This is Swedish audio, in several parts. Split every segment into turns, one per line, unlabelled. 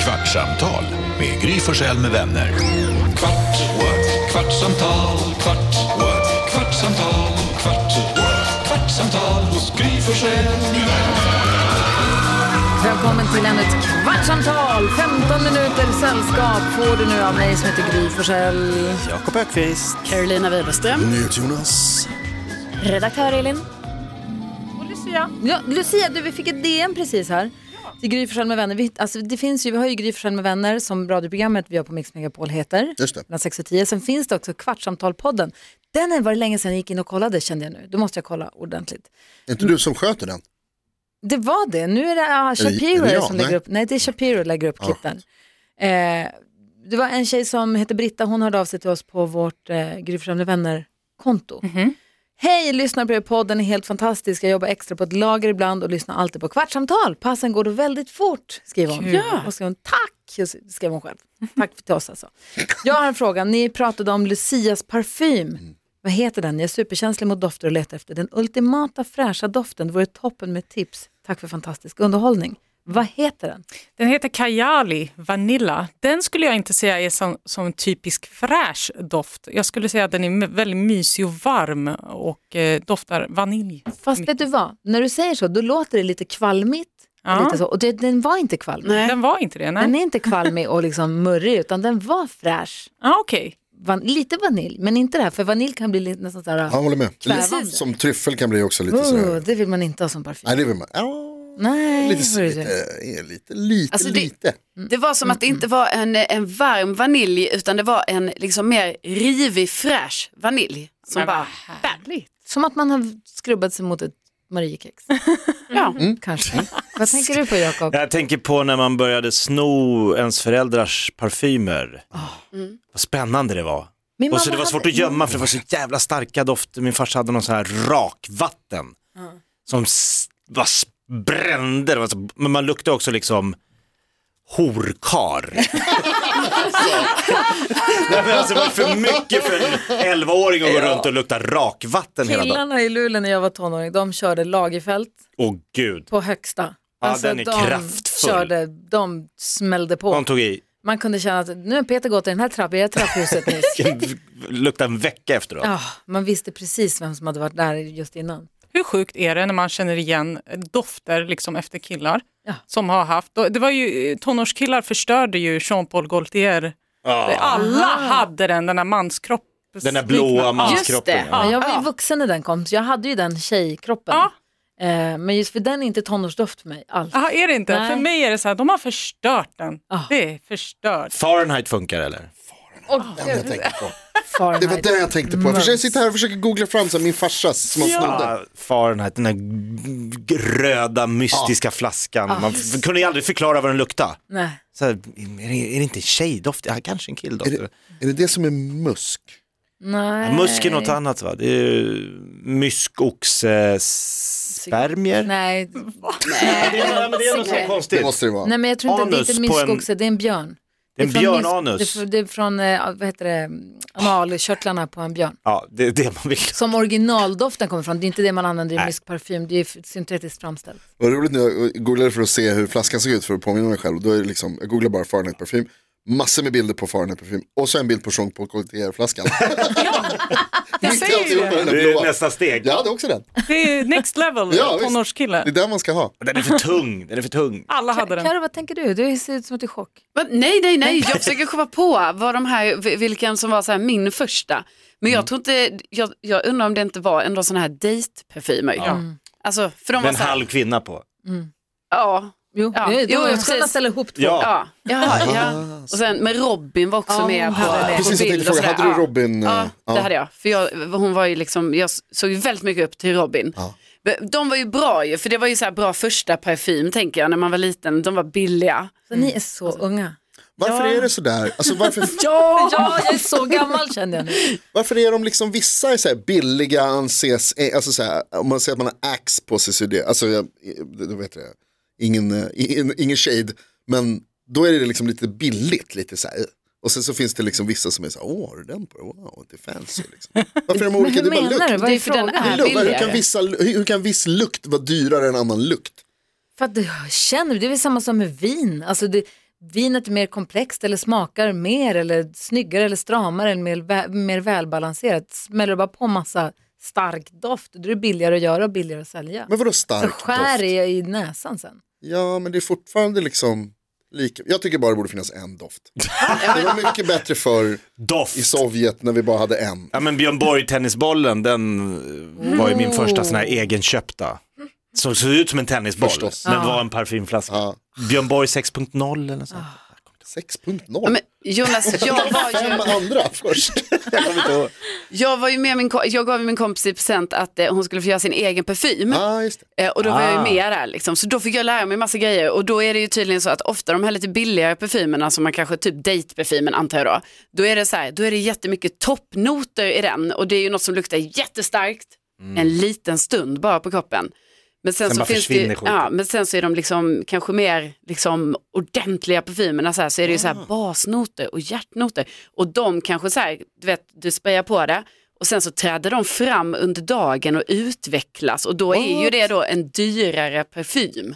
Kvartsamtal med Gry Forssell med vänner. Kvart, what? kvartsamtal, kvart, what? kvartsamtal, kvart, what? kvartsamtal hos Gry Forssell med vänner.
Välkommen till ännu ett kvartsamtal. 15 minuter sällskap får du nu av mig som heter Gry Forssell.
Jakob Ökvist.
Carolina Widerström.
NyhetsJonas.
Redaktör Elin.
Ja, Lucia, du, vi fick ett DM precis här. Till Gry Forssell med vänner. Vi, alltså, det finns ju, vi har ju Gry Forssell med vänner som radioprogrammet vi gör på Mix Megapol heter.
Just det.
Mellan 6 och 10. Sen finns det också Kvartsamtalpodden. Den är- var det länge sedan jag gick in och kollade kände jag nu. Då måste jag kolla ordentligt.
Är inte du som sköter den?
Det var det. Nu är det ah,
det-
Shapiro
är det jag?
som lägger
Nej.
upp. Nej, det är Shapiro som lägger upp klippen. Eh, det var en tjej som hette Britta. Hon hörde av sig till oss på vårt eh, Gry Forssell med vänner-konto. Hej, lyssnar på er podden är helt fantastisk. Jag jobbar extra på ett lager ibland och lyssnar alltid på kvartsamtal. Passen går då väldigt fort, skriver hon. Ja. Och skrev hon tack, och så skrev hon själv. Tack till oss alltså. Jag har en fråga. Ni pratade om Lucias parfym. Vad heter den? Jag är superkänslig mot dofter och letar efter den ultimata fräscha doften. Det vore toppen med tips. Tack för fantastisk underhållning. Vad heter den?
Den heter Kajali Vanilla. Den skulle jag inte säga är som, som en typisk fräsch doft. Jag skulle säga att den är m- väldigt mysig och varm och eh, doftar vanilj.
Fast vet du vad, när du säger så då låter det lite kvalmigt.
Ja.
Lite så. Och det, den var inte kvalmig.
Nej.
Den var inte det?
Den
Nej.
är inte kvalmig och liksom murrig utan den var fräsch.
Ah, Okej,
van, lite vanilj, men inte det här, för vanilj kan bli lite nästan så här,
Han håller med.
Kvävande.
Lite Som tryffel kan bli också lite
oh,
sådär.
det vill man inte ha som parfym.
Nej, det vill man. Ja,
Nej,
lite,
hörru du.
lite, lite, lite.
Alltså, det-
lite.
Det var som att det inte var en, en varm vanilj utan det var en liksom mer rivig fräsch vanilj. Som
Men vad
bara, härligt.
som att man har skrubbat sig mot ett Mariekex,
Mm.
Ja.
kanske. Vad tänker du på Jakob?
Jag tänker på när man började sno ens föräldrars parfymer. Vad spännande det var.
Ah. Mm. Min
Och så
mamma
det var svårt att
hade-
gömma för det var så jävla starka dofter. Min farsa hade någon sån här rakvatten
Ah.
som s- bara s- brände. Det var så- Men man luktade också liksom horkar. Nej, men alltså, det var för mycket för en 11-åring att gå runt och lukta rakvatten hela dagen.
Mm. Killarna i Luleå när jag var tonåring, de körde Lagerfeld
Åh gud,
på högsta. Alltså,
Ja, den är
de
kraftfull.
körde, de smällde
de
på.
tog i.
Man kunde känna att nu har Peter gått i den här trappan, jag trapphuset nyss.
Lukta en vecka efteråt.
Ja, man visste precis vem som hade varit där just innan.
hur sjukt är det när man känner igen dofter liksom efter killar
Ja.
som har haft, det var ju, eh, tonårskillar förstörde ju Jean-Paul Gaultier.
Ah.
Alla hade den, den där manskropp.
Den där blåa
Just
manskroppen.
det.
Ja.
Men jag var ju
Ja.
vuxen när den kom, så jag hade ju den tjejkroppen.
Ja.
Eh, men just för den är inte tonårsdoft för mig alls.
Aha, är det inte?
Nej.
För mig är det så här, de har förstört den.
Ah.
Det är förstört.
Fahrenheit funkar eller?
Det var det jag tänkte på. Det var
Fahrenheit.
det jag tänkte på. Jag försöker sitta här och försöker googla fram så här, min farsas som han snodde.
Ah, Fahrenheit, den där g- röda mystiska flaskan. Man f- kunde ju aldrig förklara vad den luktade.
Nej.
Så här, är, det, är det inte en tjejdoft? Ja, kanske en killdoft.
Är det, är det det som är musk?
Nej.
Musk är något annat va? Det är ju myskoxespermier.
Nej.
Det är, men det är något sånt
Det
konstigt.
måste det vara.
Nej, men jag tror inte
Anus
det är
på
inte
en-
myskoxe, det är en björn.
Det är en
Det är från
björnanus.
mis- Det är, fr- det är från, eh, vad heter det, analkörtlarna på en björn.
Ja, det är det man vill.
Som originaldoften kommer från, det är inte det man använder i myskparfym, det är f- syntetiskt framställt.
Det var roligt när jag googlade för att se hur flaskan såg ut för att påminna mig själv. Då är det liksom, jag googlade bara Fahrenheit parfym. Massor med bilder på Fahrenheit parfym. Och så en bild på Jean Paul Gaultier-flaskan.
Jag
Mitt i alltihopa den
säger det.
där
Det är
blåa.
nästa steg.
Jag hade också den.
Det är next level
Ja, visst.
tonårskille.
Det är den man ska ha.
Den är för tung, den är för tung.
Alla hade den.
Carro, vad tänker du? Du ser ut som att du är i chock.
Va? Nej, nej, nej, jag försöker komma på vad de här, vi- vilken som var så här min första. Men
Mm.
jag tror inte, jag, jag undrar om det inte var ändå sådana här dejtparfymer. Ja. Alltså, för de
Med
var
en
så här,
halv kvinna på.
ja,
Jo,
Ja.
det är
Jo,
de
precis.
sköna ställer ihop två.
Ja.
ja, ja, ja. Och sen, men Robin var också
Ja, hon
med på,
hade det.
på
Ah. Precis, jag
bild
tänkte
och
fråga,
sådär.
hade du
Ja.
Robin? eh,
Ja, det hade jag. För jag, hon var ju liksom, jag såg ju väldigt mycket upp till Robin.
Ja.
Men De var ju bra ju, för det var ju så här bra första parfym tänker jag när man var liten. De var billiga.
Så ni är så unga.
Varför är det sådär? Alltså, varför,
Ja, jag är så gammal känner jag nu.
varför är de liksom vissa är så här billiga anses, eh, alltså så här, om man säger att man har ax på sig så är det, alltså jag, då vet jag, ingen, eh, ingen, ingen shade, men då är det liksom lite billigt, lite så här. eh. Och sen så finns det liksom vissa som är så här, åh, har du den på dig? Wow, det är fancy. Liksom. Varför är de
Men
olika?
hur
Det är bara
menar du?
lukt.
Vad är
Det är för den
frågan?
är
Det är lukt. Hur kan,
billigare?
vissa, hur, hur kan viss lukt vara dyrare än annan lukt?
För att, jag känner, det är väl samma som med vin. Alltså det, vinet är mer komplext eller smakar mer eller snyggare eller stramare eller mer, vä- mer välbalanserat. Smäller du bara på massa stark doft, då är det billigare att göra och billigare att sälja.
Men vadå
Så
stark
skär
doft?
i, i näsan sen.
Ja, men det är fortfarande liksom lika. Jag tycker bara det borde finnas en doft. Det var mycket bättre för i
Doft.
Sovjet när vi bara hade en.
Ja men Björn Borg tennisbollen, den eh, var ju min första sån här
Oh.
egenköpta. Som såg ut som en tennisboll,
Förstås.
men var en parfymflaska.
Ja.
Björn Borg 6.0 eller
Ah.
sånt.
6.0
Men Jonas, jag var
Fem
ju...
andra först.
Jag kommer inte ihåg.
Jag, var ju med min, ko- jag gav ju min kompis i present att eh, hon skulle få göra sin egen parfym.
ah, just det.
Eh, och då var jag
Ah.
ju med där liksom. Så då fick jag lära mig massa grejer. Och då är det ju tydligen så att ofta de här lite billigare parfymerna som man kanske, typ dejtparfymen antar jag då. Då är det så här, då är det jättemycket toppnoter i den. Och det är ju något som luktar jättestarkt en liten stund bara på kroppen. Men sen,
Sen
så
bara
finns det ju,
försvinner skiten.
ja, men sen så är de liksom kanske mer liksom ordentliga parfymerna så här, så är det ju så
Ah.
här basnoter och hjärtnoter och de kanske så här, du vet, du sprayar på det och sen så träder de fram under dagen och utvecklas och då är ju det då en dyrare parfym.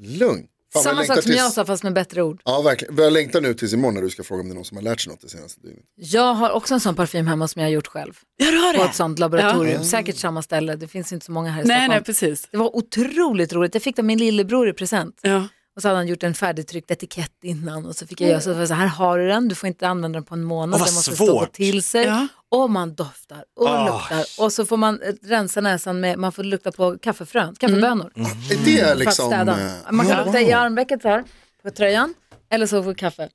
Lugn. Fan, vad jag
Samma
längtar
sak som
tills-
jag sa fast med bättre ord.
Ja, verkligen. Jag längtar nu tills imorgon när du ska fråga om det är någon som har lärt sig något det senaste dygnet.
Jag har också en sån parfym hemma som jag har gjort själv.
Ja, du har
På ett sånt laboratorium, säkert samma ställe, det finns inte så många här i
Nej,
Stockholm.
nej, precis.
Det var otroligt roligt, jag fick det av min lillebror i present.
Ja.
Och så hade han gjort en färdigtryckt etikett innan och så fick jag göra så, så här har du den, du får inte använda den på en månad,
Mm. Åh, vad
den måste
svårt.
stå till sig.
Ja.
Och man doftar och
Ah.
luktar och så får man eh, rensa näsan med, man får lukta på
Mm.
kaffefrön, kaffebönor
Är det
Mm. för att
liksom...
städa.
eh,
Man kan
ja,
lukta i
wow.
armvecket så här på tröjan eller så får kaffebönor.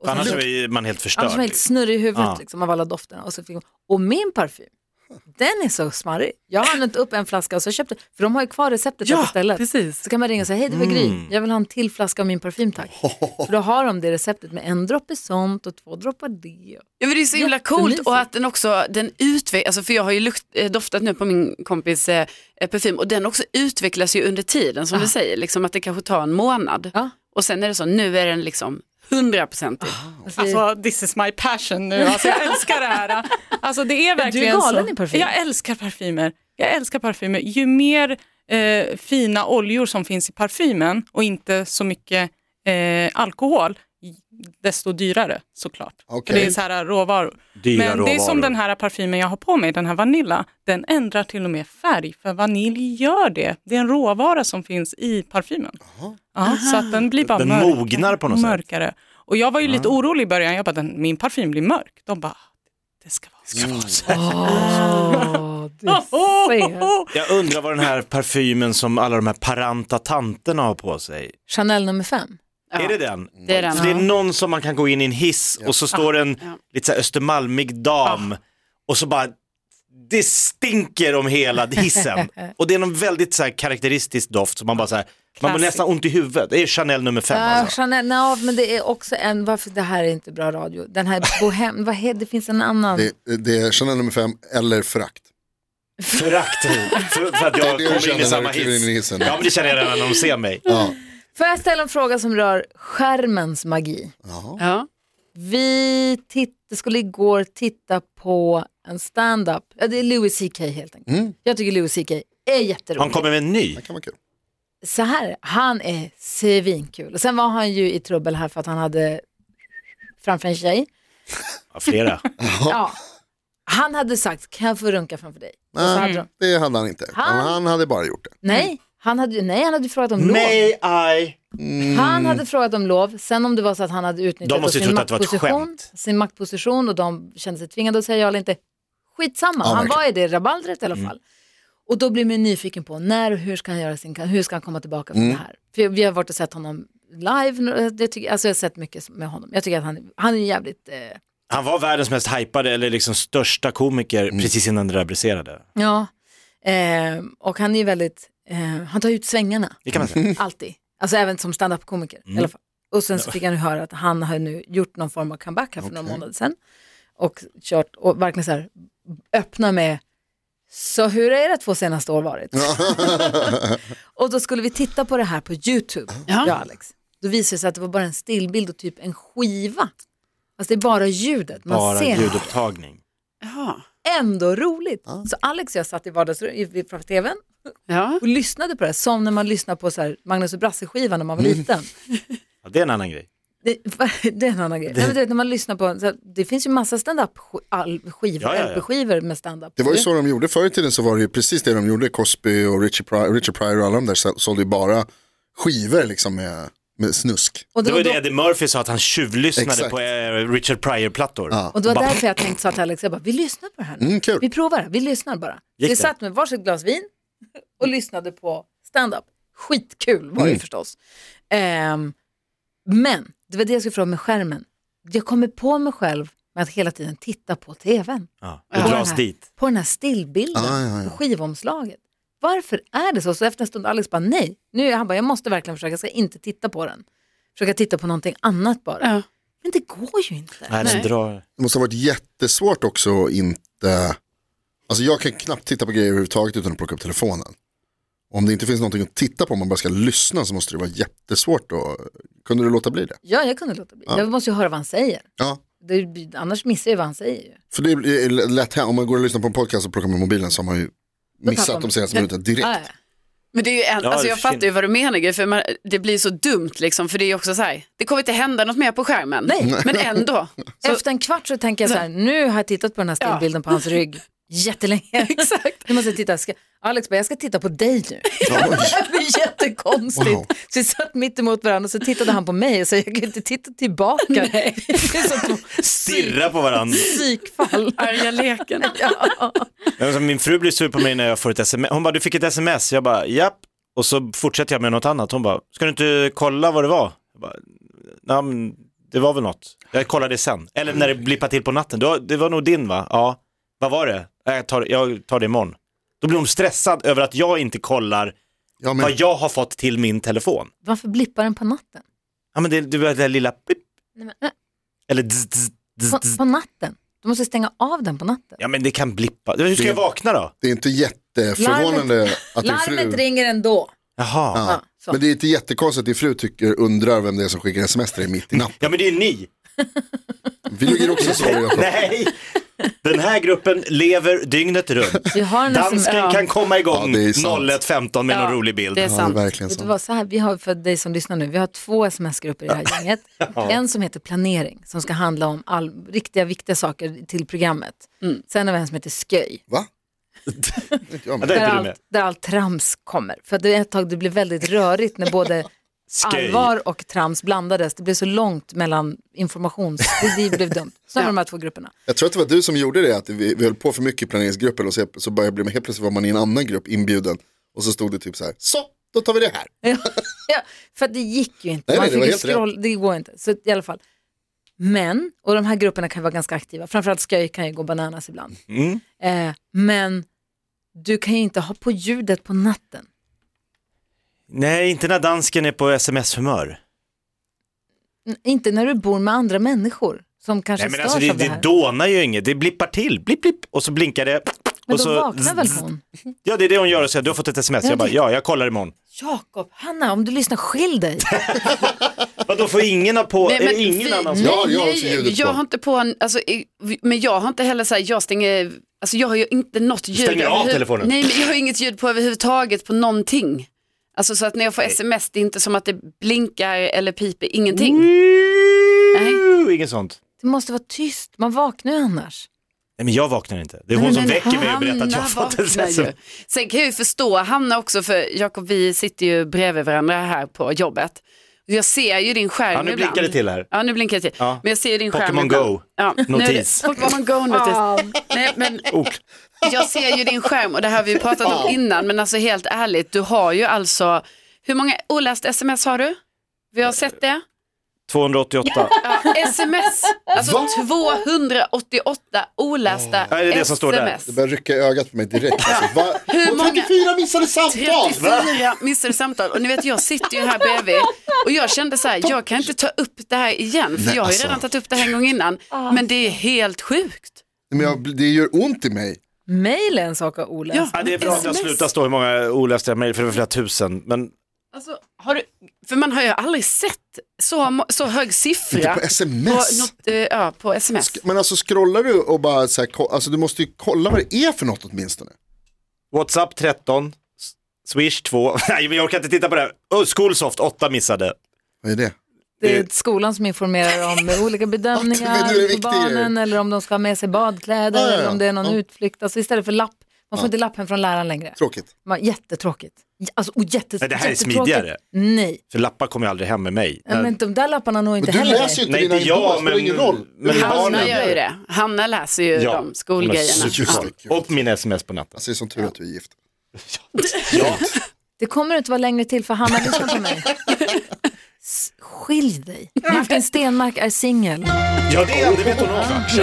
Och så
Annars
luktar-
är man helt förstörd.
Annars var jag helt snurrig i huvudet
Ja.
liksom, av alla dofterna. Och, så fick, och min parfym, den är så smarrig. Jag har använt upp en flaska och så köpte, för de har ju kvar receptet där på stället.
precis.
Så kan man ringa och säga, hej det var
Mm.
Gry, jag vill ha en till flaska av min parfym tack. För då har de det receptet med en droppe sånt och två droppar det.
Ja, men det är så himla coolt
Jättemysigt.
och att den också den utvecklas, alltså för jag har ju lukt, eh, doftat nu på min kompis eh, eh, parfym och den också utvecklas ju under tiden som du säger, liksom att det kanske tar en månad
Ja.
och sen är det så, nu är den liksom 100%
Alltså,
Alltså this is my passion nu, alltså, jag älskar det här. Alltså, det är verkligen
galen
så.
i parfym.
Jag älskar parfymer. Jag älskar parfymer. Ju mer eh, fina oljor som finns i parfymen och inte så mycket eh, alkohol, desto dyrare såklart. För
Okej.
det är så här råvaror.
Dyra
Men det är som
råvaror.
den här parfymen jag har på mig, den här vanilla, den ändrar till och med färg, för vanilj gör det. Det är en råvara som finns i parfymen. Ja, så att den blir bara
Den
mörkare.
mognar på något sätt.
mörkare. Och jag var ju lite orolig i början, jag bara, den, min parfym blir mörk. De bara, det ska vara så.
åh, du ser.
Jag undrar vad den här parfymen som alla de här paranta tanterna har på sig,
Chanel nummer fem.
Ja.
är det den?
Det är den.
Så det är någon som man kan gå in i en hiss och så står en
Ja. Ah.
lite så här östermalmig dam och så bara det stinker om hela hissen och det är någon väldigt så här karaktäristisk doft som man bara så här, man blir
Classic.
nästan ont i huvudet. Det är Chanel nummer
Ah,
fem
Ja,
alltså.
Chanel, no, men det är också en, varför det här är inte bra radio. Den här bohem, vad heter, det finns en annan.
Det, det är Chanel nummer fem eller förakt.
Förakt för, för att jag
Det är det du
kommer in i
känner
samma
när du kliver in i
hiss.
hissen.
Ja men det känner jag redan när de ser mig.
Mm.
Ja.
Får jag ställa en fråga som rör skärmens magi?
Ja.
Vi titt- skulle igår titta på en stand-up. Ja, det är Louis CK helt enkelt. Jag tycker Louis CK är jätterolig.
Mm. Han kommer med en ny.
Det kan vara kul.
Så här, han är svinkul. Och sen var han ju i trubbel här för att han hade framför en tjej.
Ja, flera.
Ja. Han hade sagt, kan jag få runka framför dig? Och så hade de,
Nej, det hade han inte.
Han-
Han, han hade bara gjort det.
nej, han hade, nej, han hade frågat om lov.
May I?
Han hade frågat om lov, sen om det var så att han hade utnyttjat
Mm. De måste ju
sin,
trott att det var ett
maktposition,
skämt.
sin maktposition och de kände sig tvingade att säga ja eller inte. Skitsamma,
Ja,
han
verkligen.
var i det rabaldret i
Mm.
alla fall. Och då blir man ju nyfiken på när och hur ska han göra sin, hur ska han komma tillbaka
Mm.
från det här? För vi har varit och sett honom live, det tycker, alltså jag har sett mycket med honom. Jag tycker att han, han är jävligt, eh,
Han var världens mest hypade eller liksom största komiker
Mm.
precis innan det där briserade.
ja, eh, och han är ju väldigt, eh, han tar ut svängarna.
Det kan man säga.
Alltid. Alltså även som standup-komiker i alla fall. Och sen så fick han ju höra att han har nu gjort någon form av comeback här för några månader sedan. Och kört, och verkligen så här öppna med, så hur har era två senaste år varit? och då skulle vi titta på det här på YouTube,
Ja.
ja Alex. Då visade det sig att det var bara en stillbild och typ en skiva. Alltså det är bara ljudet, man
Bara
ser
ljudupptagning.
Ja.
ändå roligt. Så Alex och jag satt i vardagsrummet framför tvn
Ja.
och lyssnade på det, som när man lyssnar på så här Magnus och Brasse-skivan när man var liten.
Ja, det är en annan grej.
Det, det är en annan grej. Nej, men du vet, när man lyssnar på, så, här, det finns ju massa stand-up-skivor,
Ja, ja, ja.
LP-skivor med stand-up.
Det var ju så de gjorde, förr i tiden så var det ju precis det de gjorde, Cosby och Richie Pryor, Richie Pryor och alla de där så- sålde ju bara skivor liksom med, med snusk.
Och
Det
det var,
var ju det
då,
Eddie Murphy sa, att han tjuvlyssnade
Exakt.
på eh, Richard Pryor-plattor.
Ja.
och det var
Bara-
därför jag tänkte så till Alex, jag bara, vi lyssnar på det här nu.
Mm, kul.
Vi provar, vi lyssnar bara.
Gick
vi
det?
satt med varsitt glas vin och lyssnade på stand-up. Skitkul var det
Mm.
ju förstås. Ehm, men det var det jag skulle fråga med skärmen. Jag kommer på mig själv med att hela tiden titta på tvn.
Ja.
På
Det
den
dras
här-
dit.
På den här stillbilden,
Ah, ja, ja.
på skivomslaget. Varför är det så? Så efter en stund Alex bara nej. Nu är han bara, jag måste verkligen försöka, jag ska inte titta på den. Försöka titta på någonting annat bara.
Ja.
Men det går ju inte.
Nej, den
Nej.
drar.
Det måste ha varit jättesvårt också att inte, alltså jag kan knappt titta på grejer överhuvudtaget utan att plocka upp telefonen. Om det inte finns någonting att titta på, om man bara ska lyssna så måste det vara jättesvårt. Och, kunde du låta bli det?
Ja, jag kunde låta bli.
Ja.
Jag måste ju höra vad han säger.
Ja,
Det, annars missar jag ju vad han säger. ju.
för det är lätt hänt, om man går och lyssnar på en podcast och plockar med mobilen så har man ju missat
man-
de senaste minuterna direkt.
Ja, ja.
Men det är ju en,
Ja,
alltså
det
jag
försvinner.
fattar ju vad du menar Gry, för man, det blir så dumt liksom, för det är ju också så här, det kommer inte hända något mer på skärmen.
Nej.
Men ändå. Så,
Efter en kvart så tänker jag så här, nu har jag tittat på den här stillbilden på hans rygg jättelänge.
exakt.
Nu måste jag titta. Ska, Alex bara, jag ska titta på dig nu. det blir jättekonstigt.
Wow.
Så vi satt mitt emot varandra och så tittade han på mig och sa, jag kan inte titta tillbaka. Nej. Det är som ett
Stirra på varandra.
psykfall.
Arga leken.
Ja.
Alltså, Min fru blir sur på mig när jag får ett sms. Hon bara, du fick ett sms. Jag bara, japp. Och så fortsätter jag med något annat. Hon bara, ska du inte kolla vad det var? Jag bara, "Nej, men det var väl något. Jag kollar det sen. Eller när det blippar till på natten. "Du har- Det var nog din va? Ja. Vad var det? "Nej, Jag tar, jag tar det imorgon. Då blir hon stressad över att jag inte kollar
Ja, men,
vad jag har fått till min telefon.
Varför blippar den på natten?
Ja men det, det var det där lilla blipp.
Nej, men, nej,
Eller dzz, dzz, dzz,
på,
Mm.
dzz.
på natten? Du måste stänga av den på natten.
Ja men det kan blippa. Hur ska jag vakna då?
det är inte jätteförvånande att din fru...
Larmet ringer ändå.
Jaha.
Ja.
Ja, så.
men det är inte jättekonstigt att din fru tycker, undrar vem det är som skickar sms till dig mitt i natten.
Ja men det är ni.
Vi ligger också och sover Jakob.
Nej, den här gruppen lever dygnet runt.
Vi har en
Dansken
Ja.
kan komma igång
Ja, det är sant.
01.15 med
Ja,
någon rolig bild.
Det är
Ja, det
sant.
är verkligen
Vet du
så.
vad, så här, vi har för dig som lyssnar nu, vi har två sms-grupper i det här gänget. En som heter planering, som ska handla om all, riktiga viktiga saker till programmet. Sen har vi en som heter sköj,
Va? Det är inte jag
Ja,
med.
där
där
är inte du med.
allt, där allt trams kommer. För att det är ett tag det blev väldigt rörigt när både allvar och trams blandades. Det blev så långt mellan informations... Det, det blev dumt. Så har de här två grupperna.
Jag tror att det var du som gjorde det, att vi, vi höll på för mycket i planeringsgruppen och så, så började det bli, helt plötsligt var man i en annan grupp inbjuden och så stod det typ så här, så, då tar vi det här.
Ja, ja, för att det gick ju inte.
Nej,
Man
nej, det
fick
var
ju
helt rätt.
scroll, det går inte. Så i alla fall. Men, och de här grupperna kan vara ganska aktiva, framförallt sköj kan ju gå bananas ibland.
Mm.
Eh, men du kan ju inte ha på ljudet på natten.
Nej, inte när dansken är på sms-humör.
N- inte när du bor med andra människor som kanske
Nej men
störs
alltså det,
av det
det
här.
dånar ju inget, det blippar till, blipp blipp, och så blinkar det.
men då
och så,
vaknar väl hon?
Ja det är det hon gör och säger, du har fått ett sms. Jag bara, ja jag kollar imorgon.
Jakob, Hanna, om du lyssnar, skilj dig.
Vadå får ingen ha på,
Nej,
är det
men
ingen
vi-
annan som...
Jag har- jag har också ljudet på.
jag har inte på en, alltså, i- men jag har inte heller så här, jag stänger, alltså jag har ju inte något ljud.
stänger av
överhu-
telefonen.
Nej, men jag har inget ljud på överhuvudtaget på någonting. Alltså så att när jag får sms, det är inte som att det blinkar eller piper, ingenting.
Mm. Nej. Inget sånt.
Det måste vara tyst, man vaknar ju annars.
Nej men jag vaknar inte. Det är hon
Men
som
den-
väcker mig och berättar att jag har
Hanna
fått ett
vaknar
sms.
ju. Sen kan jag ju förstå Hanna också, för Jakob vi sitter ju bredvid varandra här på jobbet. Jag ser ju din skärm
Ja, nu blinkar
ibland.
det till här.
Ja, nu blinkar det till.
Ja.
Men jag ser ju din
Pokémon
skärm ibland.
Go.
Ja, nu är det-
Notis.
Pokémon Go-notis. Nej, men jag ser ju din skärm och det här har vi ju pratat om innan, men alltså helt ärligt, du har ju alltså, hur många olästa sms har du? Vi har sett det.
288.
Ja, sms, alltså 288 olästa
Ja, det är det som står där.
sms.
Det börjar rycka i ögat på mig direkt. Alltså. Va?
Hur många-
34 missade samtal!
34 missade samtal och ni vet jag sitter ju här bredvid och jag kände så här, jag kan inte ta upp det här igen för
Nej,
jag har ju
alltså.
redan tagit upp det här en gång innan men det är helt sjukt.
Men jag, det gör ont i mig.
Mail är en sak att oläst.
Ja.
Ja, det är bra att jag slutar stå hur många olästa mejl, för det var flera tusen. Men
Alltså, har du, för man har ju aldrig sett så, mo- så hög
Inte
siffra
på
på,
sms.
något, eh, ja, på sms.
Men alltså scrollar du och bara så här, ko- alltså du måste ju kolla vad det är för något åtminstone.
WhatsApp 13, S- Swish 2, nej men jag orkar inte titta på det här. Oh, Schoolsoft 8 missade.
Vad är det?
det är skolan som informerar om olika
Ja, det är det
bedömningar för
viktiga
barnen eller om de ska ha med sig badkläder
Ja, ja, ja.
eller om det är någon
Ja.
utflykt. Alltså istället för lapp, man får inte lapp hem från läraren längre.
Tråkigt.
Man, jättetråkigt. J- Alltså, och jättes-
Men det här är
jättetråkigt.
smidigare.
Nej,
För lappar kommer ju aldrig hem med mig.
Ja, men de där lapparna når inte
Men du
heller
läser ju
dig.
inte dina ändå, det spelar ingen roll.
men
Hanna
barnen.
gör ju det. Hanna läser ju
Ja,
de skolgrejerna.
men superkoll.
Just det.
Och min sms på natten.
Alltså det är som tur att du är gift.
Ja,
Det kommer inte vara längre till för Hanna lyssnar på mig. S- Skilj dig. Martin Stenmark är singel.
ja det, är, det vet hon också.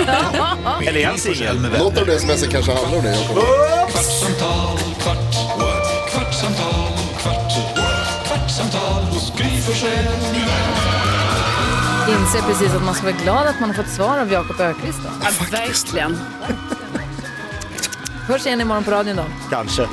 Eller är han
Gry
singel?
Forssell med
Något
vänner.
av det smset kanske handlar om det. Jakob.
Kvartsamtal, kvart, what? kvartsamtal, kvart, what? kvartsamtal hos Gry Forssell med vänner.
Inser precis att man ska vara glad att man har fått svar av Jakob Ökvist. då.
Ja, verkligen.
Hörs igen imorgon på radion då.
Kanske.